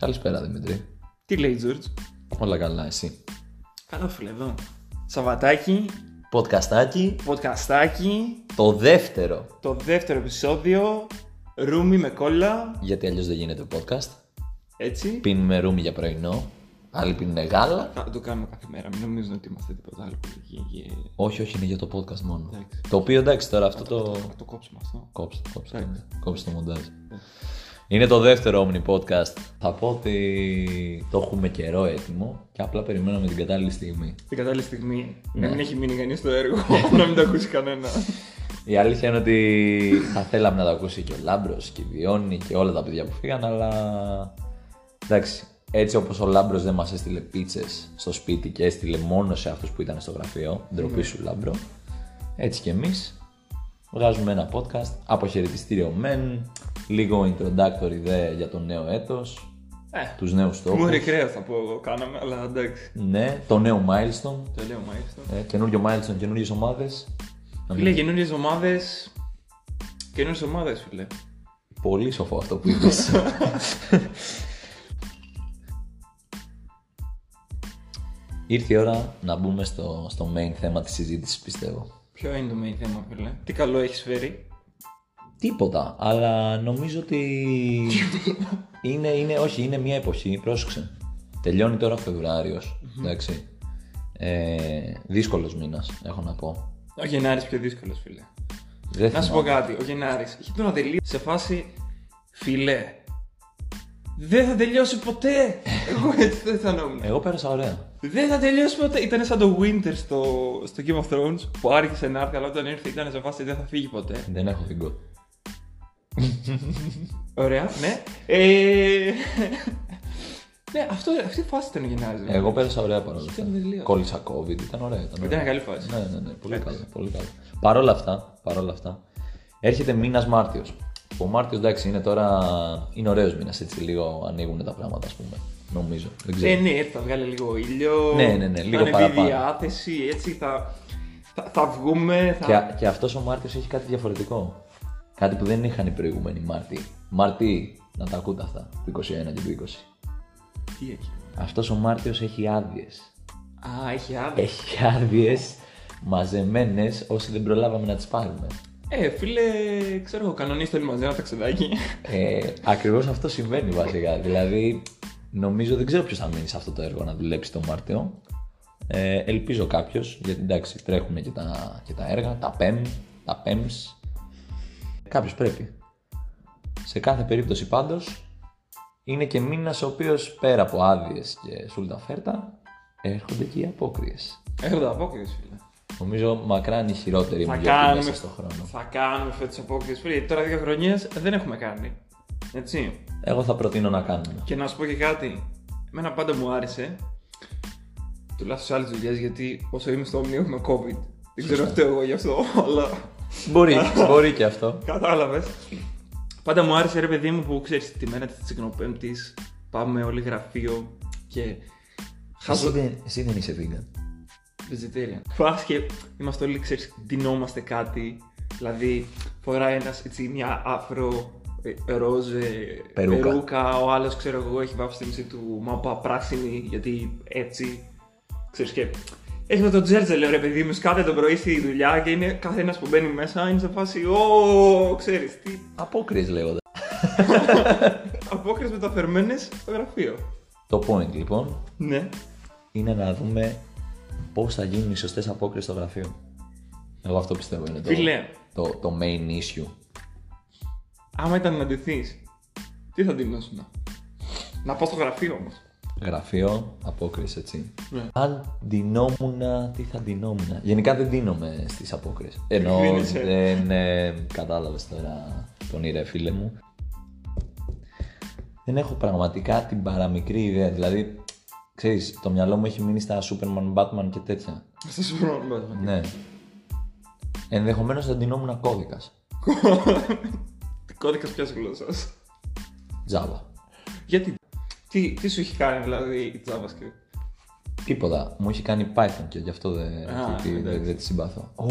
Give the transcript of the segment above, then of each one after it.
Καλησπέρα Δημητρή. Τι λέει Τζορτζ. Όλα καλά, εσύ. Καλά φίλε εδώ. Σαββατάκι, Podcastάκι, podcastάκι, το δεύτερο. το δεύτερο επεισόδιο, ρούμι με κόλλα, Γιατί αλλιώς δεν γίνεται podcast. έτσι. Πίνουμε ρούμι για πρωινό. Άλλοι πίνουν γάλα. Θα το κάνουμε κάθε μέρα, μην νομίζουν ότι είμαστε τίποτα άλλο. Γε- γε- Όχι, όχι, είναι για το podcast μόνο. Εντάξει. Το οποίο εντάξει τώρα αυτό το. Θα το κόψουμε αυτό. Κόψε, κόψε, το- Εντάξει. κόψε το μοντάζ. Είναι το δεύτερο Omni Podcast. Θα πω ότι το έχουμε καιρό έτοιμο και απλά περιμέναμε την κατάλληλη στιγμή. Την κατάλληλη στιγμή να μην έχει μείνει κανείς στο έργο, να μην το ακούσει κανένα. Η αλήθεια είναι ότι θα θέλαμε να τα ακούσει και ο Λάμπρος και η Βιώνη και όλα τα παιδιά που φύγαν, αλλά. Εντάξει, έτσι όπως ο Λάμπρος δεν μας έστειλε πίτσες στο σπίτι και έστειλε μόνο σε αυτούς που ήταν στο γραφείο, ντροπή σου Λάμπρο, έτσι κι εμείς βγάζουμε ένα podcast, αποχαιρετιστήριο μεν, λίγο introductory δε για το νέο έτος, Ε, τους νέους στόχους, μου ρεκρέα θα πω εγώ, κάναμε, αλλά εντάξει. ναι, το νέο milestone, Το λέω μάλιστα. ε, καινούριο milestone, καινούριες ομάδες, Να Φίλε, μην- καινούριες ομάδες. Καινούριες ομάδες, φίλε. Πολύ σοφό αυτό που είπες. Ήρθε η ώρα να μπούμε στο, στο main θέμα της συζήτησης πιστεύω. Ποιο είναι το main θέμα, φίλε. Τι καλό έχεις φέρει. Τίποτα, αλλά νομίζω ότι είναι, είναι, όχι, είναι μια εποχή, πρόσεξε. Τελειώνει τώρα ο Φεβρουάριος, εντάξει. Ε, δύσκολος μήνας, έχω να πω. Ο Γενάρης πιο δύσκολος, φίλε. Δεν Να σου πω θυμάμαι. κάτι, ο Γενάρης είχε τον Αδελή σε φάση φιλέ. Δεν θα τελειώσει ποτέ! Εγώ έτσι δεν αισθανόμουν. Εγώ πέρασα ωραία. Δεν θα τελειώσει ποτέ! Ήταν σαν το Winter στο, στο Game of Thrones που άρχισε να έρθει, αλλά όταν ήρθε ήταν σε φάση δεν θα φύγει ποτέ. Δεν έχω την κο- Ωραία, ναι. Ε... ναι, αυτό, αυτή η φάση ήταν ο Γενάρη. Εγώ πέρασα ωραία παρόλα αυτά. Ήταν τελείως. Κόλλησα COVID, ήταν ωραία. Ήταν, ωραία. Ήταν καλή φάση. Ναι, ναι, ναι, πολύ καλό. Πολύ καλό. Παρ' όλα αυτά, παρ' όλα αυτά, έρχεται μήνας Μάρτιος. Ο Μάρτιος εντάξει είναι τώρα. είναι ωραίος μήνας, έτσι λίγο ανοίγουν τα πράγματα, ας πούμε. Νομίζω. Δεν ξέρω. Ε, ναι, έτσι θα βγάλει λίγο ήλιο. Ναι, ναι, ναι, λίγο θα ανεβεί η παραπάνω. διάθεση, έτσι θα, θα, θα βγούμε. Θα... και και αυτός ο Μάρτιος έχει κάτι διαφορετικό. Κάτι που δεν είχαν οι προηγούμενοι Μάρτιοι. Μάρτιοι, να τα ακούτε αυτά, του 21 και του 20. Τι έχει. Αυτός ο Μάρτιος έχει άδειες. Α, έχει άδεια. Έχει άδειες μαζεμένες όσοι δεν προλάβαμε να τις πάρουμε. Ε, φίλε, ξέρω εγώ, κανονίστε όλοι μαζί ένα ταξιδάκι. Ε, Ακριβώς αυτό συμβαίνει βασικά. Δηλαδή, νομίζω δεν ξέρω ποιος θα μείνει σε αυτό το έργο να δουλέψει τον Μάρτιο. Ε, ελπίζω κάποιος, γιατί εντάξει, τρέχουν και τα, και τα έργα, τα PEM, τα PEMS. Κάποιος πρέπει. Σε κάθε περίπτωση πάντως, είναι και μήνας ο οποίος πέρα από άδειες και σούλτα φέρτα, έρχονται και οι απόκριες. Έρχονται απόκριες, φίλε. Νομίζω μακράν η χειρότερη Θα μου γιορτή κάνουμε, μέσα στον χρόνο. θα κάνουμε φέτος απόκριες, φίλε. γιατί Τώρα δύο χρονιές δεν έχουμε κάνει. Έτσι. Εγώ θα προτείνω να κάνουμε. Και να σου πω και κάτι. Εμένα πάντα μου άρεσε. Τουλάχιστον σε άλλες δουλειές, γιατί όσο είμαι στο όμιλο έχουμε COVID. Δεν ξέρω αυτό εγώ γι' αυτό, αλλά μπορεί, μπορεί και αυτό. κατάλαβες. Πάντα μου άρεσε ρε παιδί μου που ξέρεις τη μέρα της Τσικνοπέμπτης πάμε όλοι γραφείο και. Εσύ Χάζω δεν, εσύ δεν είσαι vegan. Vegetarian. Πας και είμαστε όλοι, ξέρεις, ντυνόμαστε κάτι. Δηλαδή, φοράει ένας έτσι μια άφρο ε, ροζ ε, Περούκα. ο άλλος ξέρω εγώ έχει βάψει τη μισή του μάπα πράσινη γιατί έτσι. Ξέρεις και. Έχουμε τον Τζέρτζε, λέω ρε παιδί μου, σκάτε το πρωί στη δουλειά και είναι κάθε ένας που μπαίνει μέσα είναι σε φάση. Ω, ξέρεις τι. Απόκριε λέγοντα. Απόκριε μεταφερμένε στο γραφείο. Το point λοιπόν Ναι. είναι να δούμε πώς θα γίνουν οι σωστές απόκριε στο γραφείο. Εγώ αυτό πιστεύω είναι το, Φίλε. το, το main issue. Άμα ήταν να ντυθείς, τι θα ντυνόσουν. Να πάω στο γραφείο όμως. Γραφείο, απόκριε έτσι. Ναι. Αν ντυνόμουν, τι θα ντυνόμουν. Γενικά δεν ντύνομαι στις απόκριε. Ενώ Κρίνεσαι. δεν ε, κατάλαβες τώρα τον ήρε φίλε μου. Δεν έχω πραγματικά την παραμικρή ιδέα. Δηλαδή, ξέρεις, το μυαλό μου έχει μείνει στα Superman, Batman και τέτοια. Στο σούπερ μάρκετ. Ναι. Ενδεχομένως θα ντυνόμουν κώδικας. Κώδικας ποια γλώσσα. Java. Γιατί. Τι, τι σου έχει κάνει δηλαδή η JavaScript. Τίποτα. Μου έχει κάνει Python και γι' αυτό δεν Α, τη- εντάξει. δεν- δεν τη συμπαθώ. Ω!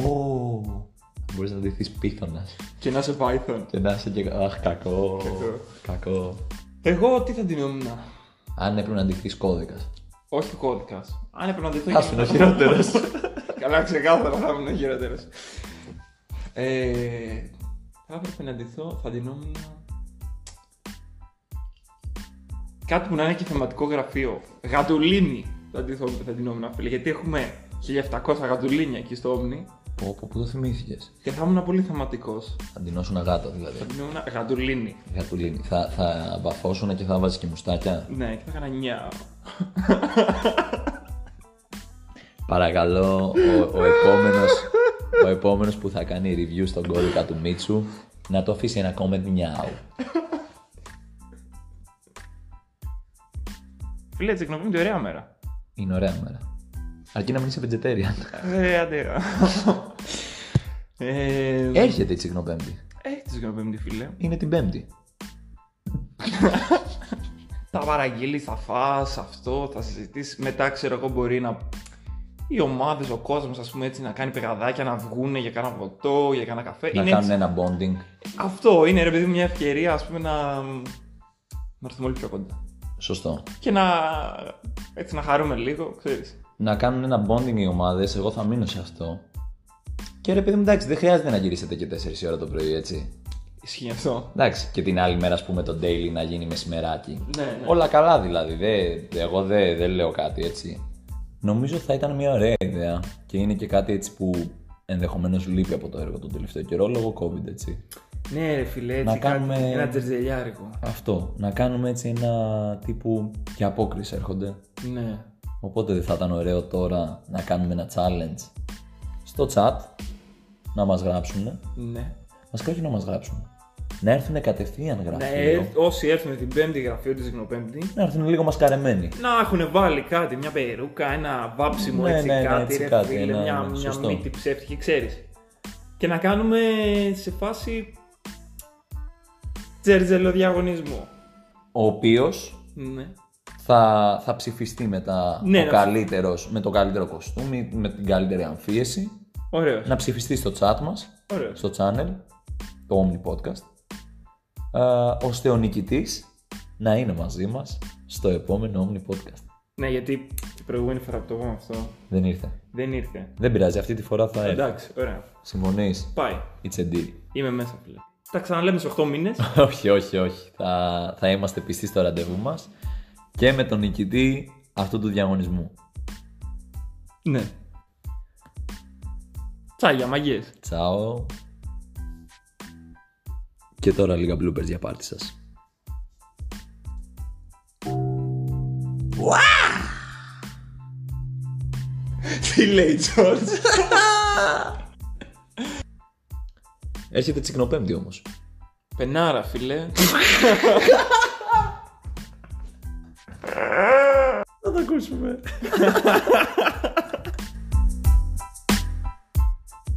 Μπορείς να ντυθεί πίθωνας. Και να σε Python. Και να είσαι και. Αχ, κακό. Κακό. Εγώ τι θα την Αν έπρεπε να αντιχθεί κώδικας. Όχι κώδικας. Αν έπρεπε να δει Α είναι ο χειρότερος. Καλά, ξεκάθαρα θα ήμουν ο χειρότερος. Ε, θα έπρεπε να ντυθώ, θα ντυνόμουν. Κάτι που να είναι και θεματικό γραφείο. Γατουλίνη θα, ντυθώ, θα ντυνόμουν, φίλε. Γιατί έχουμε 1700 γατουλίνια εκεί στο Όμνη Πω, πω, πού το θυμήθηκες. και θα ήμουν πολύ θεματικός. Θα ντυνώσουν γάτο Θα δηλαδή. ντυνόμουν γατουλίνη. Γατουλίνη. Θα, θα βαφώσουν και θα βάζεις και μουστάκια. Ναι, και θα έκανα νιά. Παρακαλώ, ο, ο επόμενος ο επόμενος που θα κάνει review στον κώδικα του Μίτσου να το αφήσει ένα comment μιάου. Φίλε, τσεκνοβήμη τη ωραία μέρα. Είναι ωραία μέρα. Αρκεί να μην είσαι vegetarian. Ε, αντέρα. ε, Έρχεται η Τσιγνοπέμπτη. έχει τη τσεκνοβήμη, φίλε. Είναι την Πέμπτη. θα παραγγείλει, θα φας αυτό, θα συζητήσεις. Μετά ξέρω εγώ μπορεί να. Οι ομάδες, ο κόσμος, ας πούμε έτσι, να κάνει πεγαδάκια, να βγουν για κάνα ποτό, για κάνα καφέ. Να Είναι κάνουν έτσι- ένα bonding. Αυτό είναι ρε παιδί μου μια ευκαιρία, ας πούμε, να. να έρθουμε όλοι πιο κοντά. Σωστό. Και να. έτσι να χαρούμε λίγο, ξέρεις. να κάνουν ένα bonding οι ομάδες. Εγώ θα μείνω σε αυτό. Και ρε παιδί μου, εντάξει, δεν χρειάζεται να γυρίσετε και 4 η ώρα το πρωί, έτσι. Ισχύει αυτό. Εντάξει, και την άλλη μέρα, ας πούμε, το daily να γίνει μεσημεράκι. Ναι, ναι. Όλα καλά δηλαδή. Δε, εγώ δεν δεν λέω κάτι έτσι. Νομίζω θα ήταν μια ωραία ιδέα και είναι και κάτι έτσι που ενδεχομένως λείπει από το έργο τον τελευταίο καιρό λόγω COVID, έτσι. Ναι, ρε φιλέ, έτσι. Να κάνουμε- κάτι- Ένα τζερτζελιάρικο. Αυτό. Να κάνουμε έτσι ένα τύπου και απόκριση έρχονται. Ναι. Οπότε δεν θα ήταν ωραίο τώρα να κάνουμε ένα challenge στο chat να μας γράψουν. Ναι. Βασικά όχι να μας γράψουν. Να έρθουν κατευθείαν γραφείο. Να έρθ- όσοι έρθουν την πέμπτη γραφείο τη Γνωπέμπτη, Να έρθουν λίγο μασκαρεμένοι. να έχουν βάλει κάτι, μια περούκα, ένα βάψιμο Ναι, έτσι ναι, ναι, κάτι, έτσι ρε, κάτι, φίλε, ναι, μια, ναι, μια σωστό. μύτη ψεύτικη, ξέρεις. Και να κάνουμε σε φάση τζερτζελοδιαγωνισμό. Ο οποίος Ναι. θα, θα ψηφιστεί μετά Ναι, ο να- καλύτερος, με το καλύτερο κοστούμι, με την καλύτερη αμφίεση. Ωραίος. Να ψηφιστεί στο chat μας, Ωραίος. στο channel, το Omni Podcast. ε, ώστε ο νικητής να είναι μαζί μας στο επόμενο Omni Podcast. Ναι, γιατί την προηγούμενη φορά που το είπαμε αυτό Δεν ήρθε. δεν ήρθε. Δεν πειράζει, αυτή τη φορά θα έρθει. Εντάξει, ωραία. Συμφωνείς. Πάει. It's a deal. Είμαι μέσα, φίλε. Τα ξαναλέμε σε 8 μήνες. όχι, όχι, όχι. Θα, θα είμαστε πιστοί στο ραντεβού μας και με τον νικητή αυτού του διαγωνισμού. ναι. Τσάγια, μαγείες. Τσάω. Και τώρα λίγα bloopers για πάρτι σας. Τι λέει, Τζόρτζ. Έρχεται τσικνοπέμπτη όμως. Πενάρα, φίλε. Θα τα ακούσουμε.